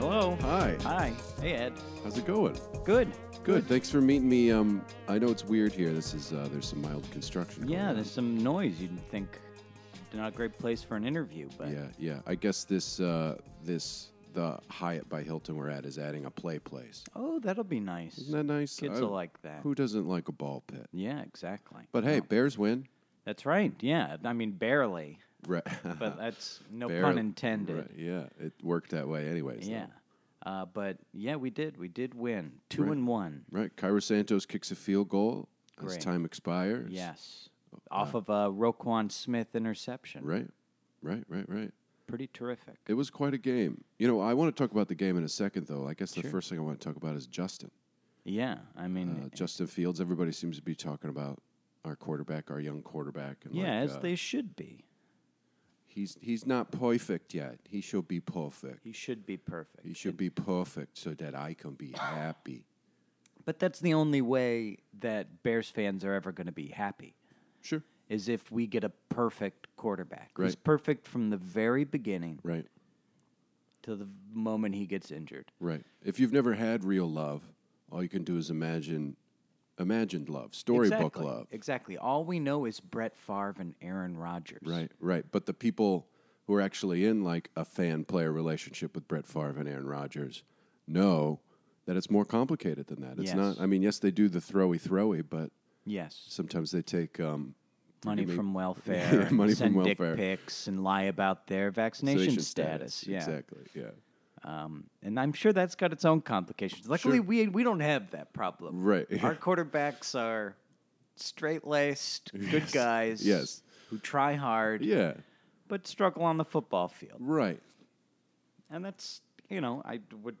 Hi. Oh, Hi. Hey, Ed. How's it going? Good. Good. Thanks for meeting me. Um, I know it's weird here. This is uh, there's some mild construction. going Yeah, on. there's some noise. You'd think not a great place for an interview, but Yeah, yeah. I guess this uh, this the Hyatt by Hilton we're at is adding a play place. oh, that'll be nice. Isn't that nice? Kids I- will like that. Who doesn't like a ball pit? Yeah, exactly. But hey, Bears win. that's right. Yeah, I mean barely, Right. but that's no pun Barely. intended. Right, Yeah, it worked that way, anyways. though. Yeah. Uh, but yeah, we did. We did win. Two and one. Right. Cairo Santos kicks a field goal as Great. time expires. Yes. Off of a Roquan Smith interception. Oh, Right. Right. Right. Right. Pretty terrific. It was quite a game. You know, I want to talk about the game in a second, though. I guess the first thing I want to talk about is Justin. Yeah. I mean, Uh, Justin Fields. Everybody seems to be talking about our quarterback, our young quarterback. And yeah, like, as uh, they should be. he's he's not perfect yet. He should be perfect. He should be perfect. He should be perfect so that I can be happy. But that's the only way that Bears fans are ever going to be happy Sure. is if we get a perfect quarterback. He's Right. perfect from the very beginning Right. to the moment he gets injured. Right. If you've never had real love, all you can do is imagine imagined love, storybook exactly. love. Exactly. All we know is Brett Favre and Aaron Rodgers. Right, right. But the people who are actually in like a fan player relationship with Brett Favre and Aaron Rodgers know that it's more complicated than that. It's Yes. not. I mean, yes, they do the throwy throwy, but Yes. sometimes they take um, Money forgive me, from welfare. and money from send welfare. dick pics and lie about their vaccination, vaccination status. Yeah. exactly. Yeah, Um, and I'm sure that's got its own complications. Luckily, Sure. we we don't have that problem. Right. Our quarterbacks are straight laced, good guys. Yes. Who try hard, yeah, but struggle on the football field. right. And that's you know I would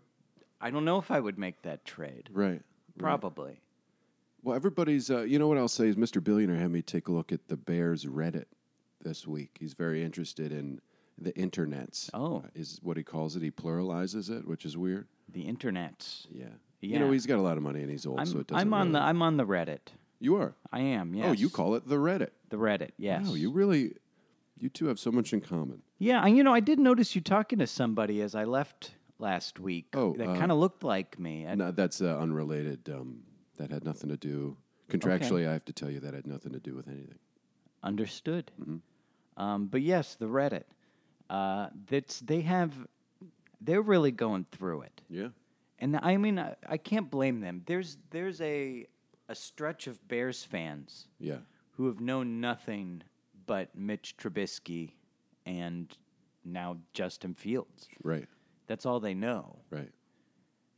I don't know if I would make that trade. Right. Probably. Well, everybody's. Uh, you know what I'll say is, Mr. Billionaire had me take a look at the Bears Reddit this week. He's very interested in the internets. uh, Oh. is what he calls it. He pluralizes it, which is weird. The internets. Yeah. You know Yeah. he's got a lot of money and he's old, I'm, so it doesn't. I'm on really- the I'm on the Reddit. You are. I am. Yes. Oh, you call it the Reddit. the Reddit. Yes. Oh, you really. You two have so much in common. Yeah, and you know, I did notice you talking to somebody as I left last week. Oh, that uh, kind of looked like me. I- No, that's uh, unrelated. Um, that had nothing to do. Contractually, I have to tell you that had nothing to do with anything. Understood. Mm-hmm. Um, but yes, the Reddit. Uh, that's they have. They're really going through it, Yeah. and I mean, I, I can't blame them. There's there's a a stretch of Bears fans Yeah. who have known nothing but Mitch Trubisky and now Justin Fields. Right. That's all they know, Right.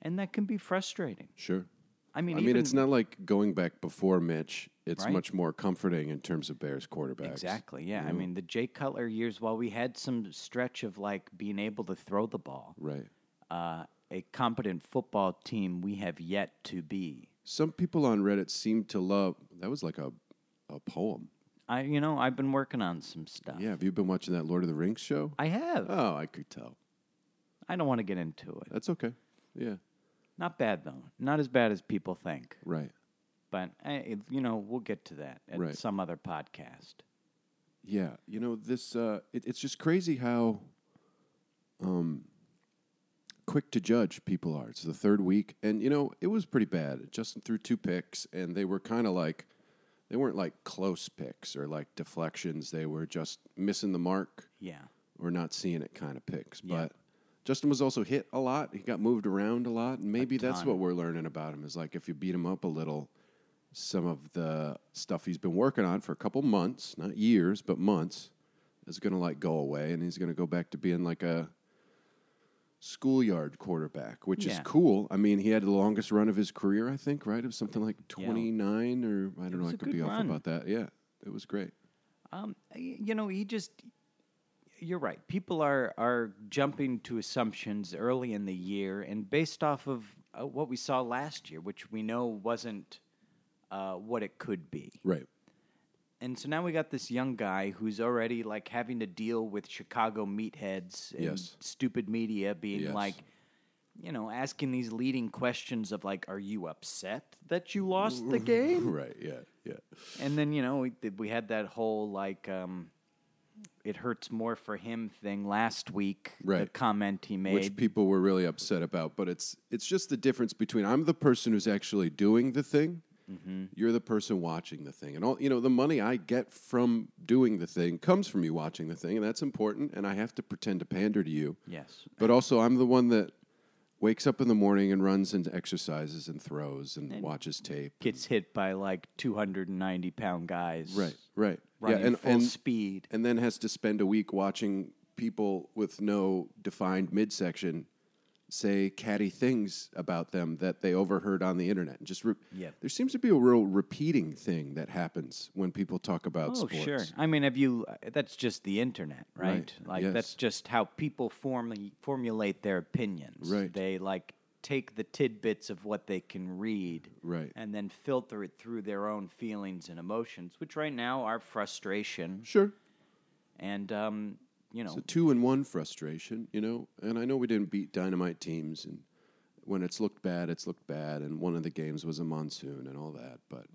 and that can be frustrating. Sure. I mean, I mean, even- it's not like going back before Mitch. It's Right. much more comforting in terms of Bears quarterbacks. Exactly. Yeah. Mm-hmm. I mean, the Jay Cutler years, while we had some stretch of like being able to throw the ball, Right. uh, a competent football team we have yet to be. Some people on Reddit seem to love. That was like a, a poem. I, you know, I've been working on some stuff. Yeah. Have you been watching that Lord of the Rings show? I have. Oh, I could tell. I don't want to get into it. That's okay. Yeah. Not bad though. Not as bad as people think. Right. But eh, you know, we'll get to that at Right. some other podcast. Yeah. You know, this, uh, it, it's just crazy how um, quick to judge people are. It's the third week. And, you know, it was pretty bad. Justin threw two picks, and they were kind of like, they weren't like close picks or like deflections. They were just missing the mark Yeah. or not seeing it kind of picks. Yeah. But Justin was also hit a lot. He got moved around a lot. And maybe that's what we're learning about him is like if you beat him up a little, some of the stuff he's been working on for a couple months, not years, but months, is going to like go away and he's going to go back to being like a schoolyard quarterback, which is Yeah. cool. I mean, he had the longest run of his career, I think, right? Of something like 29 or I don't know, was I a could good be off run. about that. Yeah, it was great. Um, y- you know, he just. You're right. People are are jumping to assumptions early in the year, and based off of uh, what we saw last year, which we know wasn't uh, what it could be. Right. And so now we got this young guy who's already like having to deal with Chicago meatheads and Yes. stupid media being Yes. like, you know, asking these leading questions of like, "Are you upset that you lost the game?" Right. Yeah. Yeah. And then you know we, we had that whole like um, it hurts more for him thing last week. The Right. comment he made. which people were really upset about. But it's it's just the difference between I'm the person who's actually doing the thing. Mm-hmm. You're the person watching the thing, and all you know. The money I get from doing the thing comes from you watching the thing, and that's important. And I have to pretend to pander to you, yes. but also I'm the one that wakes up in the morning and runs and exercises and throws and, watches tape. Gets hit by like 290 pound guys. Right, right, Running yeah, and full and, speed. and then has to spend a week watching people with no defined midsection say catty things about them that they overheard on the internet. And just re- Yep. there seems to be a real repeating thing that happens when people talk about Oh, sports. sure. I mean, have you? uh, That's just the internet, right? Right, Like yes. that's just how people form, formulate their opinions. Right. They like take the tidbits of what they can read, Right. and then filter it through their own feelings and emotions, which right now are frustration Sure. and um, you know, It's a two and one frustration, you know. And I know we didn't beat dynamite teams, and when it's looked bad, it's looked bad. And one of the games was a monsoon and all that. But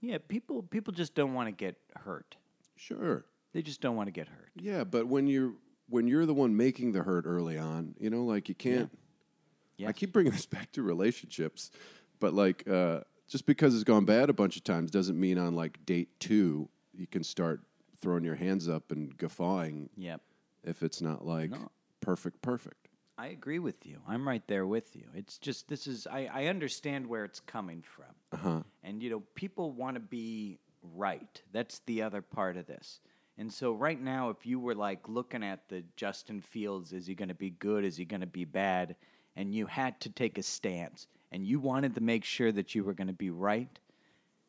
yeah, people people just don't want to get hurt. sure, They just don't want to get hurt. yeah. But when you're when you're the one making the hurt early on, you know, like you can't. I Yes. keep bringing this back to relationships, but like uh, just because it's gone bad a bunch of times doesn't mean on like date two you can start throwing your hands up and guffawing Yep. if it's not like No. perfect, perfect. I agree with you. I'm right there with you. It's just this is I, I understand where it's coming from. And you know, people want to be right. That's the other part of this. And so right now if you were like looking at the Justin Fields, is he going to be good, is he going to be bad, and you had to take a stance and you wanted to make sure that you were going to be right,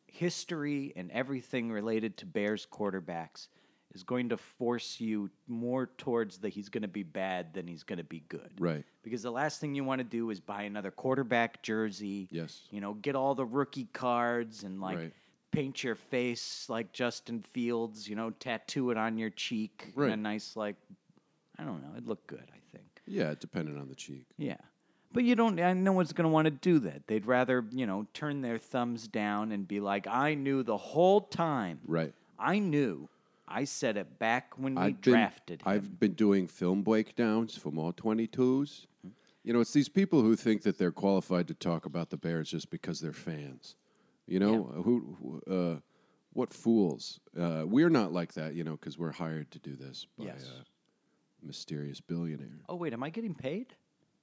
history and everything related to Bears quarterbacks is going to force you more towards the he's going to be bad than he's going to be good. Right. Because the last thing you want to do is buy another quarterback jersey. Yes. You know, get all the rookie cards and like Right. paint your face like Justin Fields, you know, tattoo it on your cheek in a Right. nice like I don't know, it looked good, I think. Yeah, depending on the cheek. Yeah. But you don't, and no one's going to want to do that. They'd rather, you know, turn their thumbs down and be like, I knew the whole time. Right. I knew. I said it back when we I've been- drafted him. I've been doing film breakdowns from all 22s. Mm-hmm. You know, it's these people who think that they're qualified to talk about the Bears just because they're fans. You know, who, who uh, what fools? Uh, we're not like that, you know, because we're hired to do this by Yes. a mysterious billionaire. oh, wait, am I getting paid?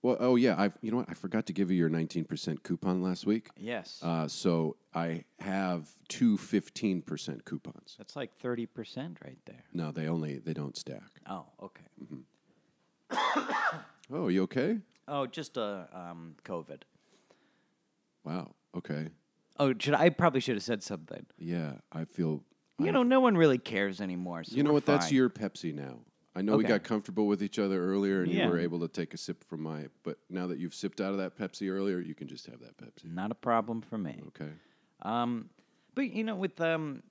Well, oh yeah, I you know what? I forgot to give you your 19% coupon last week. Yes. Uh, so I have two 15% coupons. That's like 30% right there. No, they only they don't stack. Oh, okay. Oh, you okay? Oh, just uh, um, COVID. Wow. Okay. Oh, should I, I probably should have said something. Yeah, I feel. You know, no one really cares anymore. So You know we're what? That's fine. your Pepsi now. I know we Okay. got comfortable with each other earlier, and Yeah. you were able to take a sip from my. But now that you've sipped out of that Pepsi earlier, you can just have that Pepsi. Not a problem for me. Okay. Um, but you know, with um,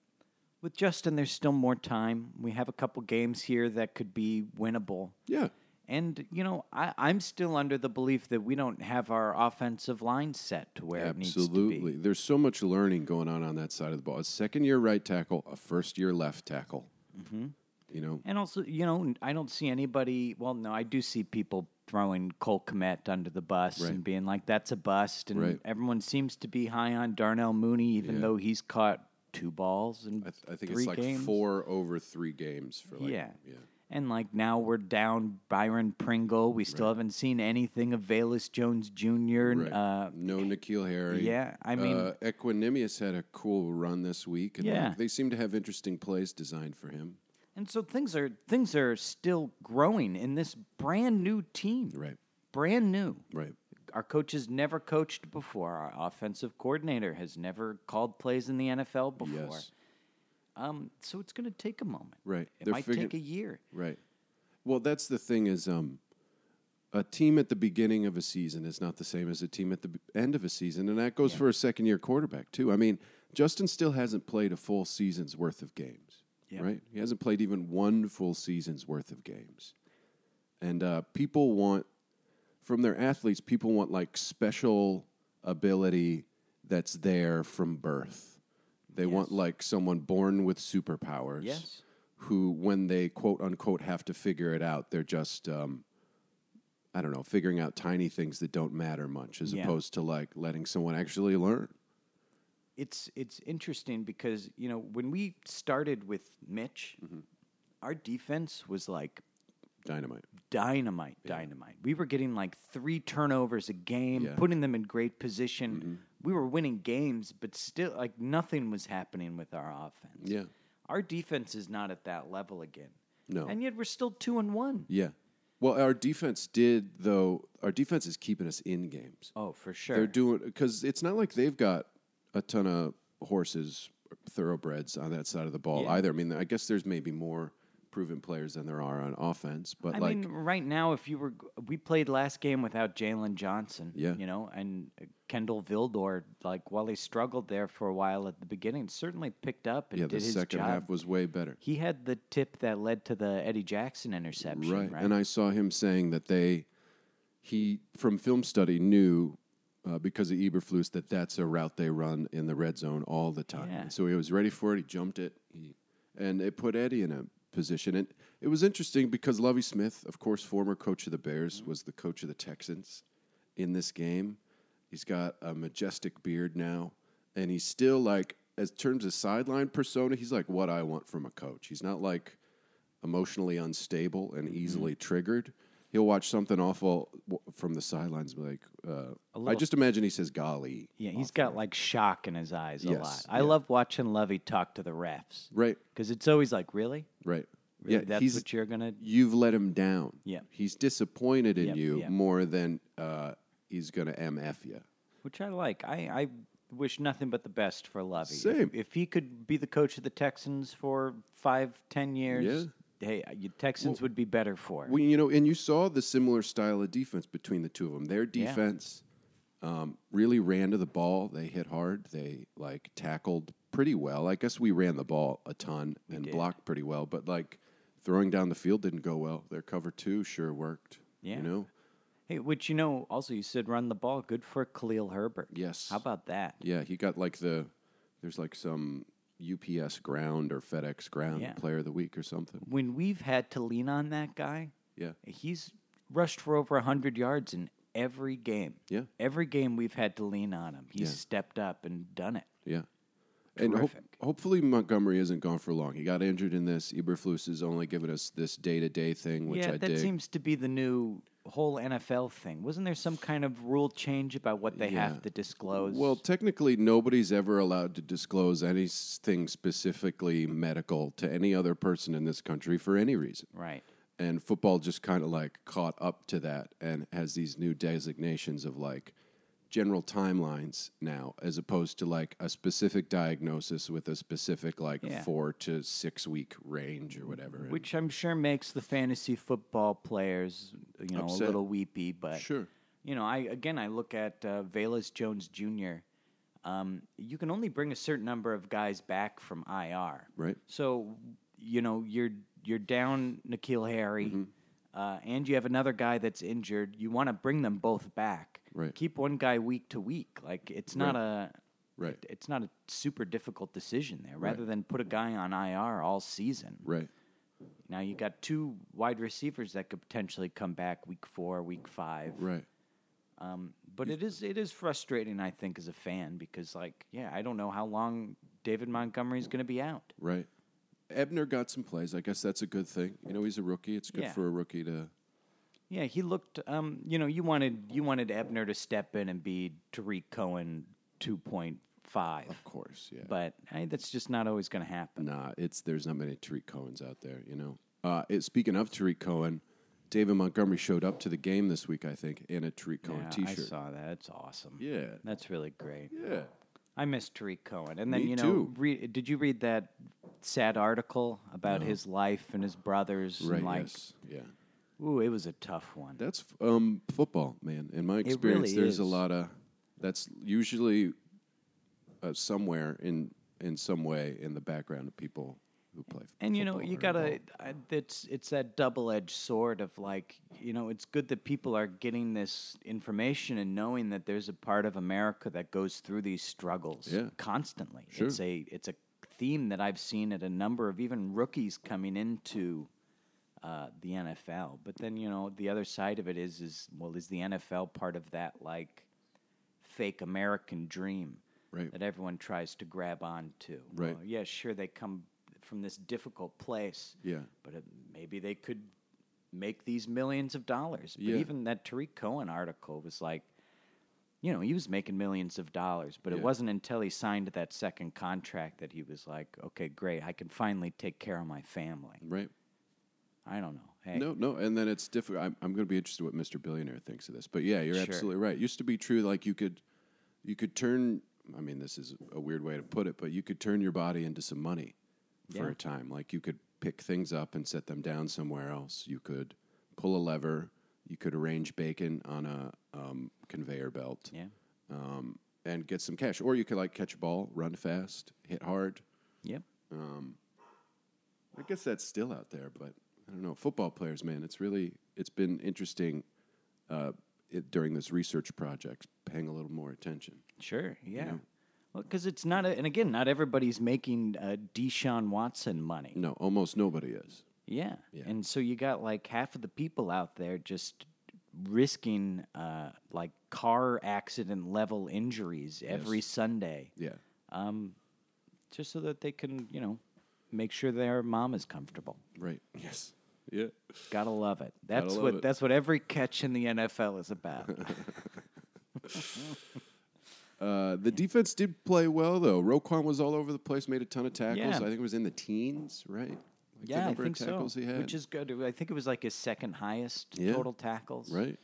with Justin, there's still more time. We have a couple games here that could be winnable. Yeah. And you know, I, I'm still under the belief that we don't have our offensive line set to where it needs Absolutely. to be. There's so much learning going on on that side of the ball. A second year right tackle, a first year left tackle. Mm-hmm. You know. And also, you know, I don't see anybody. Well, no, I do see people throwing Cole Komet under the bus and Right. being like, "That's a bust." And Right. everyone seems to be high on Darnell Mooney, even Yeah. though he's caught two balls and I, th- I think three it's like games. four over three games for like. yeah. Yeah. And like now we're down Byron Pringle. We still haven't seen anything of Valus Jones Jr. Right. Uh, no Nikhil Harry. yeah, I mean- uh, Equinemius had a cool run this week, and Yeah. like, they seem to have interesting plays designed for him. and so things are things are still growing in this brand new team. Right, Brand new. right, Our coaches never coached before. Our offensive coordinator has never called plays in the NFL before. Yes. Um, so it's going to take a moment. Right. It They're might figuring- take a year. right. Well, that's the thing is, um, a team at the beginning of a season is not the same as a team at the b- end of a season, and that goes for a second year quarterback too. I mean, Justin still hasn't played a full season's worth of games. Yeah. Right, he hasn't played even one full season's worth of games, and uh, people want from their athletes, people want like special ability that's there from birth. They want like someone born with superpowers. Yes. who, when they quote unquote have to figure it out, they're just, um, I don't know, figuring out tiny things that don't matter much as Yeah. opposed to like letting someone actually learn. it's it's interesting because you know when we started with Mitch, Mm-hmm. our defense was like Dynamite. dynamite, dynamite. We were getting like three turnovers a game, Yeah. Mm-hmm. putting them in great position. We were winning games, but still, like nothing was happening with our offense. Yeah. our defense is not at that level again. No. and yet we're still two and one. Yeah. Well, our defense did, though, our defense is keeping us in games. Oh, for sure. They're doing because it's not like they've got a ton of horses, thoroughbreds on that side of the ball Yeah. either. I mean, I guess there's maybe more proven players than there are on offense, but I like, mean, right now, if you were, we played last game without Jalen Johnson. Yeah. you know, and uh, Kendall Vildor, like while he struggled there for a while at the beginning, certainly picked up and yeah, the did his second job. half was way better, he had the tip that led to the Eddie Jackson interception, right? And I saw him saying that they, he from film study knew. Uh, because of Eberflus, that that's a route they run in the red zone all the time. Yeah. So he was ready for it. He jumped it, he, and it put Eddie in a position. And it was interesting because Lovey Smith, of course, former coach of the Bears, Mm-hmm. was the coach of the Texans in this game. He's got a majestic beard now, and he's still like, as terms of sideline persona, he's like what I want from a coach. He's not like emotionally unstable Mm-hmm. and easily triggered. He'll watch something awful w- from the sidelines, and be like, uh, I just imagine he says, "Golly." yeah, he's got like shock in his eyes a Yes, lot. I yeah. love watching Levy talk to the refs Right, because it's always like, really, right. really, yeah, that's he's what you're gonna. you've let him down. Yeah. He's disappointed in Yep, you yep. more than uh, he's going to MF you. Which I like. I, I wish nothing but the best for Lovey. If- Same. If, he could be the coach of the Texans for five, ten years, hey, uh, you Texans would be better for it. Well, you know, and you saw the similar style of defense between the two of them. Their defense um, really ran to the ball. They hit hard. They like tackled pretty well. I guess we ran the ball a ton and blocked pretty well, but like throwing down the field didn't go well. Their cover two sure worked. Yeah. You know? hey, which you know, also you said run the ball. Good for Khalil Herbert. Yes. How about that? Yeah, he got like the there's like some UPS ground or FedEx ground Yeah. player of the week or something. When we've had to lean on that guy, Yeah. he's rushed for over 100 yards in every game. Yeah. Every game we've had to lean on him, he's stepped up and done it. Yeah. And hope Terrific. hopefully Montgomery isn't gone for long. He got injured in this. Eberflus is only giving us this day to day thing, which yeah, I that dig. seems to be the new whole NFL thing. Wasn't there some kind of rule change about what they Yeah. have to disclose? well, technically, nobody's ever allowed to disclose anything specifically medical to any other person in this country for any reason. right. and football just kind of like caught up to that and has these new designations of like general timelines now as opposed to like a specific diagnosis with a specific like Yeah. 4 to 6 week range or whatever And Which I'm sure makes the fantasy football players, you know, a Upset. little weepy, but sure you know, I again, I look at uh, Velas Jones Jr. Um, you can only bring a certain number of guys back from IR, Right. So, you know, you're you're down Nikhil Harry, Mm-hmm. uh, and you have another guy that's injured. You want to bring them both back. Right. Keep one guy week to week. Like it's not a Right. it- it's not a super difficult decision there. Rather than put a guy on IR all season. right Now you got two wide receivers that could potentially come back week four, week five. right Um, but it is it is frustrating, I think, as a fan because, like, yeah, I don't know how long David Montgomery's going to be out. right Ebner got some plays I guess that's a good thing you know he's a rookie it's good Yeah. for a rookie to Yeah, he looked. Um, you know, you wanted you wanted Ebner to step in and be Tariq Cohen two point five, of course yeah but hey, that's just not always going to happen. Nah, it's there's not many Tariq Cohen's out there, you know. Uh, it, speaking of Tariq Cohen, David Montgomery showed up to the game this week, I think, in a Tariq Cohen Yeah, I T-shirt. saw that. It's awesome. Yeah, That's really great. yeah. I miss Tariq Cohen. And then, Me you know, too. re- did you read that sad article about his life and his brothers? Right. and like, yes. Yeah. ooh, it was a tough one. That's f- um, football, man. In my experience, really there's a is. lot of that's usually uh, somewhere in in some way in the background of people who play. f- And you know, football you or gotta. involved. I- It's it's that double edged sword of like, you know, it's good that people are getting this information and knowing that there's a part of America that goes through these struggles Yeah. constantly. It's a it's a theme that I've seen at a number of even rookies coming into uh, the NFL. But then you know the other side of it is is well is the NFL part of that like fake American dream Right. that everyone tries to grab onto? Right. Well, yeah, sure they come from this difficult place. Yeah. But it, maybe they could make these millions of dollars. But Yeah. even that Tariq Cohen article was like, you know, he was making millions of dollars, but Yeah. it wasn't until he signed that second contract that he was like, okay, great, I can finally take care of my family. Right. I don't know. Hey, No, no, and then it's different. I'm, I'm going to be interested what Mr. Billionaire thinks of this, but yeah, you're Sure. absolutely right. used to be true, like you could, you could turn. I mean, this is a weird way to put it, but you could turn your body into some money for Yeah. a time. Like you could pick things up and set them down somewhere else. You could pull a lever. You could arrange bacon on a um, conveyor belt yeah, um, and get some cash, or you could like catch a ball, run fast, hit hard. yeah, I guess that's still out there, but I don't know. Football players, man, it's really it's been interesting uh, it, during this research project, paying a little more attention. sure, yeah. Well, because it's not, a, and again, not everybody's making uh, Deshaun Watson money. No, almost nobody is. Yeah. Yeah. And so you got like half of the people out there just risking uh, like car accident level injuries every Sunday Yeah, just so that they can, you know, make sure their mom is comfortable. right. Yes. Yeah. Gotta love it. That's love what it. that's what every catch in the NFL is about. Uh, the defense did play well though. Roquan was all over the place, made a ton of tackles. Yeah. I think it was in the teens, right? Like the yeah, I number think of tackles so. he had. Which is good. I think it was like his second highest Yeah. total tackles. right.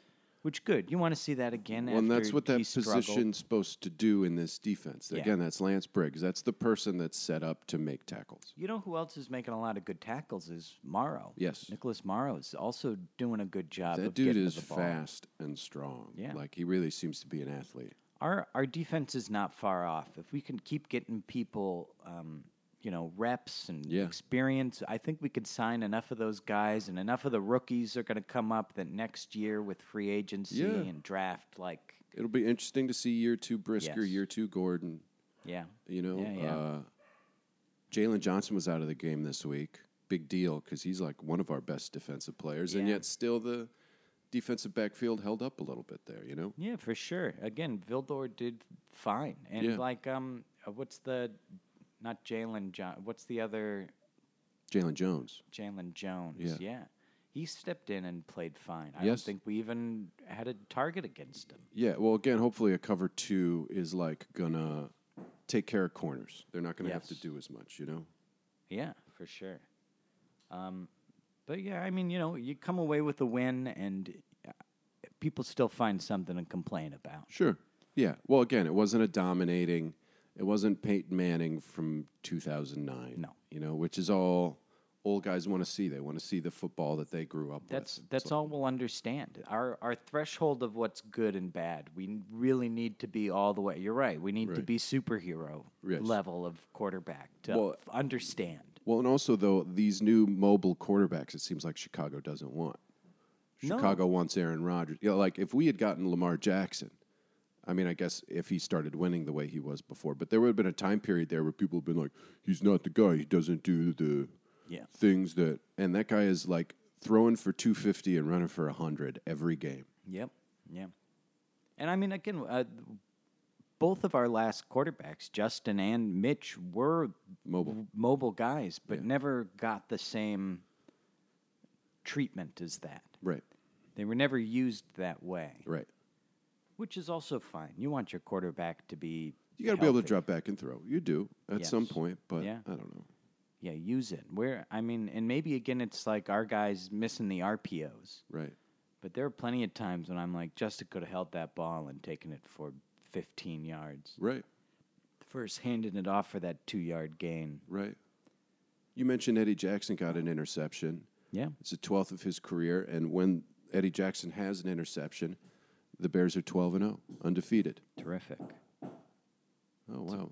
Which good. You want to see that again Well, and after that's what that he struggled. position's supposed to do in this defense. Yeah. Again, that's Lance Briggs. That's the person that's set up to make tackles. You know who else is making a lot of good tackles is Morrow. Yes. Nicholas Morrow is also doing a good job. That of dude getting to is the ball. fast and strong. Yeah. Like he really seems to be an athlete. Our our defense is not far off. If we can keep getting people, um, you know, reps and Yeah. experience, I think we could sign enough of those guys, and enough of the rookies are going to come up that next year with free agency Yeah. and draft, like, It'll be interesting to see year two Brisker, Yes. year two Gordon. yeah, You know, Yeah, yeah. Uh, Jalen Johnson was out of the game this week. Big deal because he's like one of our best defensive players, and Yeah. yet still the defensive backfield held up a little bit there. You know, yeah, for sure. Again, Vildor did fine, and Yeah. like, um, uh, what's the, not Jalen John, what's the other Jalen Jones. Jalen Jones. Yeah. Yeah. He stepped in and played fine. I Yes. don't think we even had a target against him. Yeah, well, again, hopefully a cover two is like gonna take care of corners. They're not gonna have to Yes. do as much. You know, Yeah, for sure. Um, but yeah, I mean, you know, you come away with a win and uh, people still find something to complain about. Sure. Yeah. Well, again, it wasn't a dominating. It wasn't Peyton Manning from 2009. No. You know, which is all old guys want to see. They want to see the football that they grew up That's with. that's all we'll understand. Our our threshold of what's good and bad. We n- really need to be all the way. You're right. We need to Right. be superhero Yes. level of quarterback to Well- f- understand. Well, and also though these new mobile quarterbacks, it seems like Chicago doesn't want. No. Chicago wants Aaron Rodgers. You know, like if we had gotten Lamar Jackson, I mean, I guess if he started winning the way he was before, but there would have been a time period there where people have been like, "He's not the guy. He doesn't do the Yeah. things that." And that guy is like throwing for two fifty and running for hundred every game. Yep. Yeah. And I mean, again, uh, th- both of our last quarterbacks, Justin and Mitch, were Mobile. mobile guys, but never got the same treatment as that. Right, They were never used that way, right. which is also fine. You want your quarterback to be. You got to be able to healthy. drop back and throw. You do at Yes. some point, but Yeah. I don't know. Yeah, use it. Where I mean, and maybe again, it's like our guys missing the RPOs. Right. But there are plenty of times when I'm like, Justin could have held that ball and taken it for 15 yards. Right. first handing it off for that two yard gain. Right. You mentioned Eddie Jackson got an interception. Yeah. It's the twelfth of his career, and when Eddie Jackson has an interception, the Bears are twelve and zero, undefeated. Terrific. Oh wow,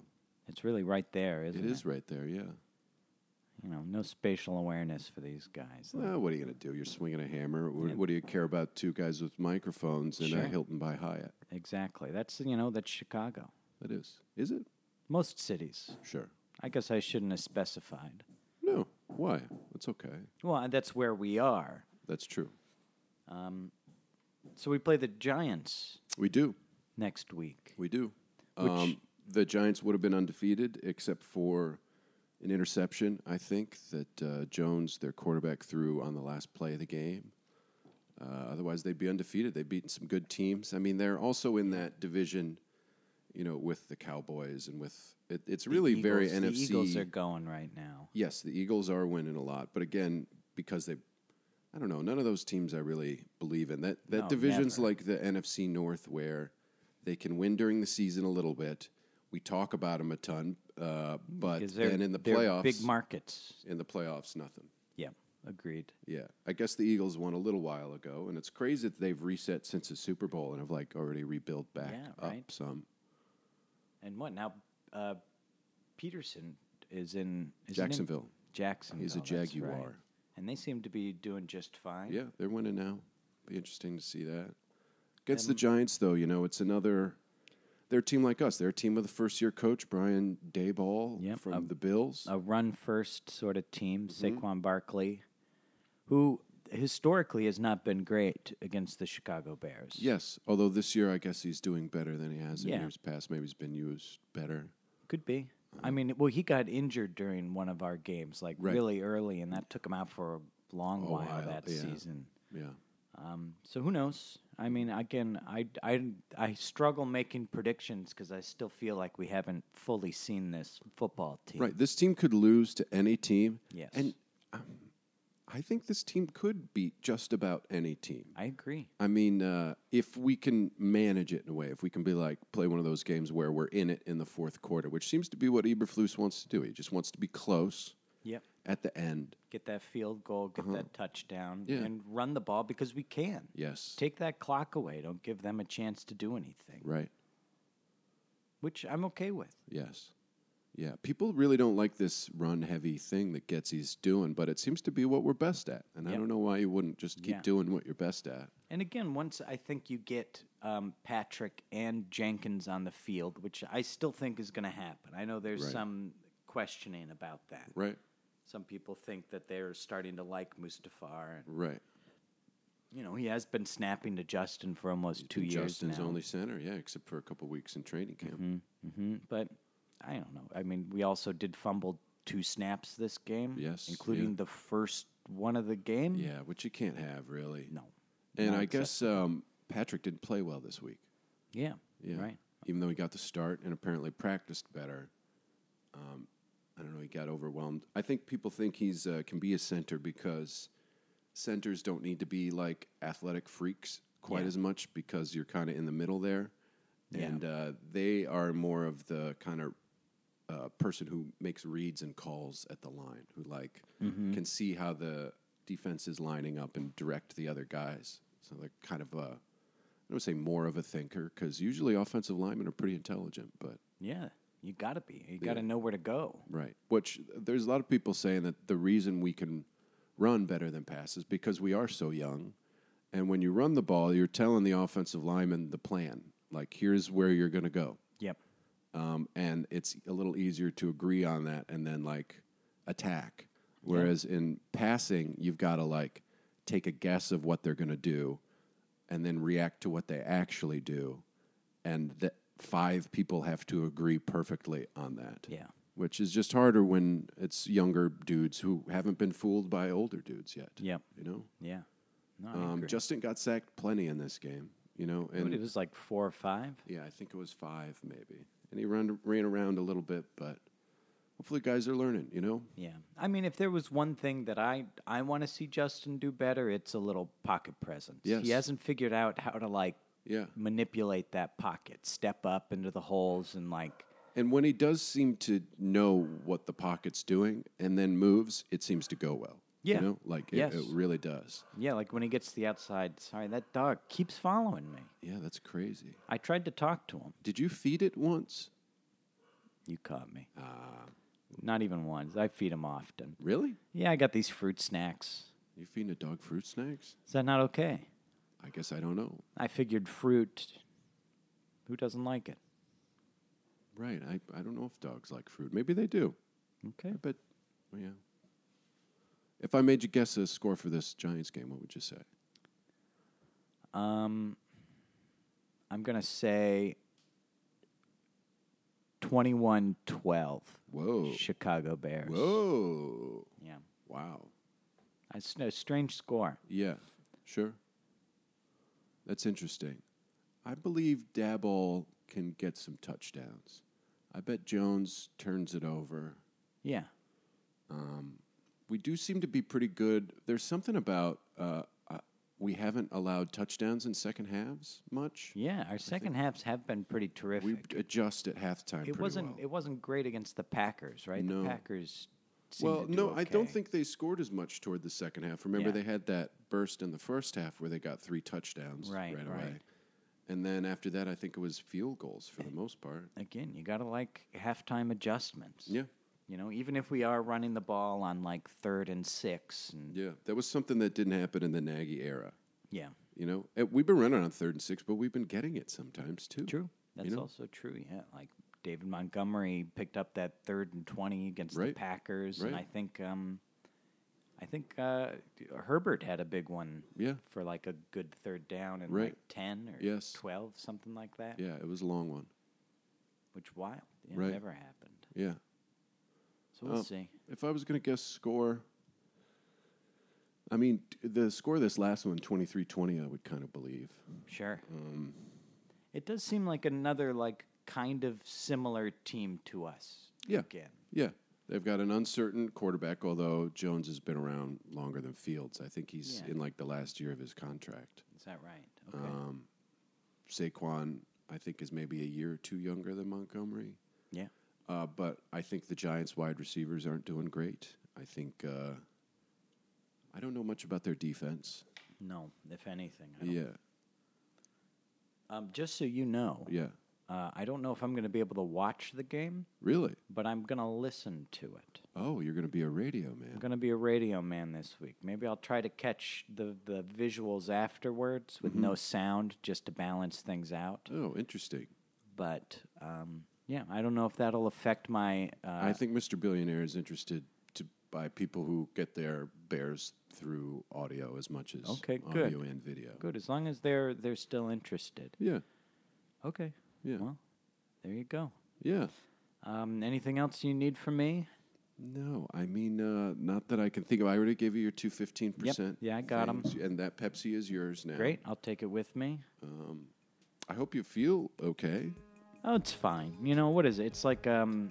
It's really right there, isn't it it? is right there. Yeah. You know, no spatial awareness for these guys. Well, what are you gonna do? You're swinging a hammer. What, what do you care about? Two guys with microphones and a Sure. Hilton by Hyatt. Exactly. That's, you know, that's Chicago. That is. Is it? Most cities. Sure. I guess I shouldn't have specified. No, why? It's okay. Well, that's where we are. That's true. Um, so we play the Giants We do. next week. We do. Which- Um, the Giants would have been undefeated except for an interception, I think, that uh, Jones, their quarterback, threw on the last play of the game. Uh, otherwise, they'd be undefeated. They've beaten some good teams. I mean, they're also in that division, you know, with the Cowboys and with it, it's The really very Eagles- NFC. The Eagles are going right now. Yes, the Eagles are winning a lot, but again, because they, I don't know, none of those teams I really believe in. That that No, division's never. like the NFC North, where they can win during the season a little bit. We talk about them a ton, uh, but 'Cause they're- then in the they're playoffs, big markets. in the playoffs, nothing. Yeah, agreed. Yeah, I guess the Eagles won a little while ago, and it's crazy that they've reset since the Super Bowl and have like already rebuilt back Yeah, up right. some. And what now? Uh, Peterson is in is he in Jacksonville, Jacksonville. He's a that's right. Jaguar. and they seem to be doing just fine. Yeah, they're winning now. Be interesting to see that. Against the Giants, though, you know, it's another. They're a team like us. They're a team with a first year coach, Brian Dayball Yep, from um, the Bills. a run first sort of team, Mm-hmm. Saquon Barkley, who historically has not been great against the Chicago Bears. yes, although this year I guess he's doing better than he has in Yeah. years past. Maybe he's been used better. Could be. I mean, well, he got injured during one of our games, like Right. really early, and that took him out for a long A while, while, that yeah. season. Yeah. Um, so who knows? I mean, again, I, I, I struggle making predictions because I still feel like we haven't fully seen this football team. Right. This team could lose to any team. Yes. And um, I think this team could beat just about any team. I agree. I mean, uh, if we can manage it in a way, if we can be like play one of those games where we're in it in the fourth quarter, which seems to be what Eberflus wants to do. He just wants to be close Yep. at the end. Get that field goal, get that touchdown, Uh-huh. Yeah. and run the ball because we can. Yes, Take that clock away. Don't give them a chance to do anything, right. which I'm okay with. Yes, yeah. People really don't like this run heavy thing that Getsy's doing, but it seems to be what we're best at. And I Yep. don't know why you wouldn't just keep Yeah. doing what you're best at. And again, once I think you get um, Patrick and Jenkins on the field, which I still think is going to happen. I know there's Right. some questioning about that. Right, Some people think that they're starting to like Mustafar. And, right. you know, he has been snapping to Justin for almost two years Justin's now. only center, yeah, except for a couple weeks in training camp. hmm But I don't know. I mean, we also did fumble two snaps this game. Yes, yeah. Including the first one of the game. Yeah, which you can't have really. No. And not I guess um, Patrick didn't play well this week. Yeah. Yeah. Right. Even though he got the start and apparently practiced better, um, I don't know. He got overwhelmed. I think people think he's uh, can be a center because centers don't need to be like athletic freaks quite Yeah. as much because you're kind of in the middle there, Yeah. and uh, they are more of the kind of uh, person who makes reads and calls at the line, who like Mm-hmm. can see how the defense is lining up and direct the other guys. So they're kind of a, I would say more of a thinker because usually offensive linemen are pretty intelligent, but Yeah, you got to be. You got to know where to go. right. Which there's a lot of people saying that the reason we can run better than pass is because we are so young, and when you run the ball, you're telling the offensive lineman the plan. Like here's where you're going to go. Yep. um, and it's a little easier to agree on that and then like attack. Whereas in passing, you've got to like take a guess of what they're going to do and then react to what they actually do, and that five people have to agree perfectly on that. Yeah. Which is just harder when it's younger dudes who haven't been fooled by older dudes yet. Yep. You know, Yeah. No, I um, agree. Justin got sacked plenty in this game. You know, and What, it was like four or five. yeah, I think it was five maybe. And he run, ran around a little bit, but hopefully guys are learning, you know? Yeah. I mean, if there was one thing that I I want to see Justin do better, it's a little pocket presence. Yes. He hasn't figured out how to like Yeah. manipulate that pocket, step up into the holes, and like And when he does seem to know what the pocket's doing and then moves, it seems to go well. Yeah. You know, like it, Yes. it really does. yeah, like when he gets to the outside. Sorry, that dog keeps following me. Yeah, that's crazy. I tried to talk to him. Did you feed it once? You caught me. Ah, Not even once. I feed him often. really? Yeah, I got these fruit snacks. You feeding a dog fruit snacks? Is that not okay? I guess I don't know. I figured fruit. Who doesn't like it? Right. I, I don't know if dogs like fruit. Maybe they do. Okay. I bet, well, yeah. If I made you guess the score for this Giants game, what would you say? Um, I'm going to say 21 12. Whoa. Chicago Bears. Whoa. Yeah. Wow. It's a strange score. Yeah, sure. That's interesting. I believe Dabble can get some touchdowns. I bet Jones turns it over. Yeah. We do seem to be pretty good. There's something about uh, uh, we haven't allowed touchdowns in second halves much. Yeah. Our second halves have been pretty terrific. We adjust at halftime. it pretty wasn't well. it wasn't great against the Packers, right? No. The Packers seemed Well, to do no, I don't okay. think they scored as much toward the second half. Remember, Yeah. they had that burst in the first half where they got three touchdowns Right, away. right. And then after that, I think it was field goals for the Eh. most part. again, you got to like halftime adjustments. Yeah, You know, even if we are running the ball on like third and six and yeah. That was something that didn't happen in the Nagy era. yeah. You know, And we've been running on third and six, but we've been getting it sometimes too. True. That's know? also true. Yeah, like David Montgomery picked up that third and twenty against the Right. Packers, and I Right. think um, I think uh, Herbert had a big one. Yeah. For like a good third down and Right. like ten or Yes. twelve, something like that. Yeah, it was a long one. Which wild, it Right. never happened. Yeah. So we'll Oh. see. If I was going to guess score, I mean, t- the score of this last one, 23 20, I would kind of believe. Sure. Um. it does seem like another like kind of similar team to us. Yeah. Again. Yeah. They've got an uncertain quarterback, although Jones has been around longer than Fields. I think he's Yeah. in like the last year of his contract. Is that right? Okay. Um, Saquon, I think, is maybe a year or two younger than Montgomery. yeah. Uh, but I think the Giants' wide receivers aren't doing great. I think uh, I don't know much about their defense. No, if anything. I don't Yeah, Um, just so you know, yeah, uh, I don't know if I'm going to be able to watch the game, really. but I'm going to listen to it. Oh, you're going to be a radio I'm man. going to be a radio man this week. Maybe I'll try to catch the, the visuals afterwards with no sound just to balance things out. Oh, interesting. But um, yeah, I don't know if that'll affect my. Uh, I think Mr. Billionaire is interested to by people who get their bears through audio as much as Okay, good. audio and video. good, as long as they're they're still interested. Yeah, Okay. Yeah. Well, there you go. yeah. Um, anything else you need from me? No, I mean uh, not that I can think of. I already gave you your two fifteen percent. Yeah, I got 'em. And that Pepsi is yours now. Great. I'll take it with me. I hope you feel okay. Oh, it's fine. You know what is it? It's like um,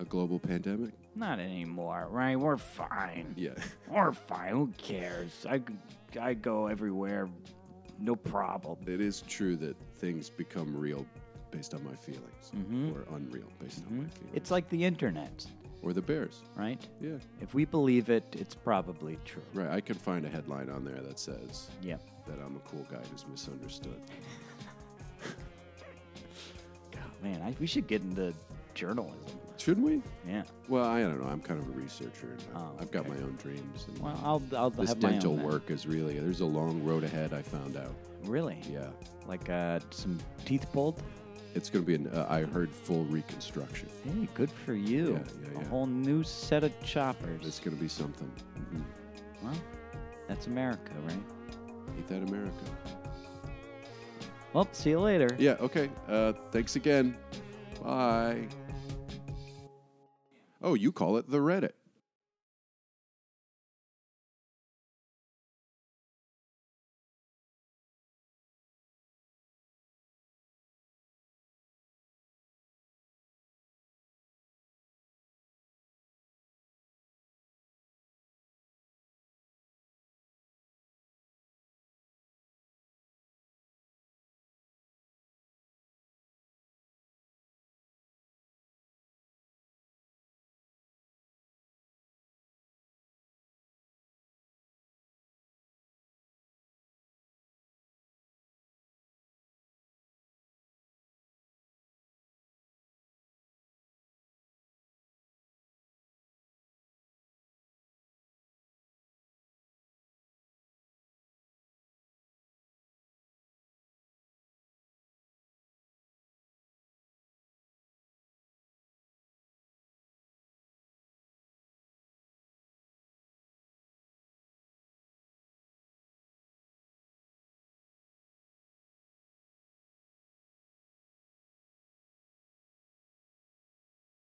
A global pandemic. Not anymore, right? We're fine. Yeah. We're fine. Who cares? I, I go everywhere, no problem. It is true that things become real based on my feelings, Mm-hmm. or unreal based on my feelings, It's like the internet, or the bears. right? Yeah, If we believe it, it's probably true. right. I can find a headline on there that says Yeah. that I'm a cool guy who's misunderstood. God, man, I, we should get into journalism. Shouldn't we? Yeah. Well, I don't know. I'm kind of a researcher. And I- Oh, I've got my own dreams. And Well, I'll, I'll this have my own uh, dental then. work is really there's a long road ahead. I found out. Really? Yeah, Like uh, some teeth pulled. it's going to be an uh, I heard full reconstruction. Hey, good for you. Yeah, yeah, A yeah. whole new set of choppers. It's going to be something. Mhm. Well, that's America, right? Ain't that America? Well, see you later. Yeah. Okay. Uh, thanks again. Bye. Oh, you call it the Reddit.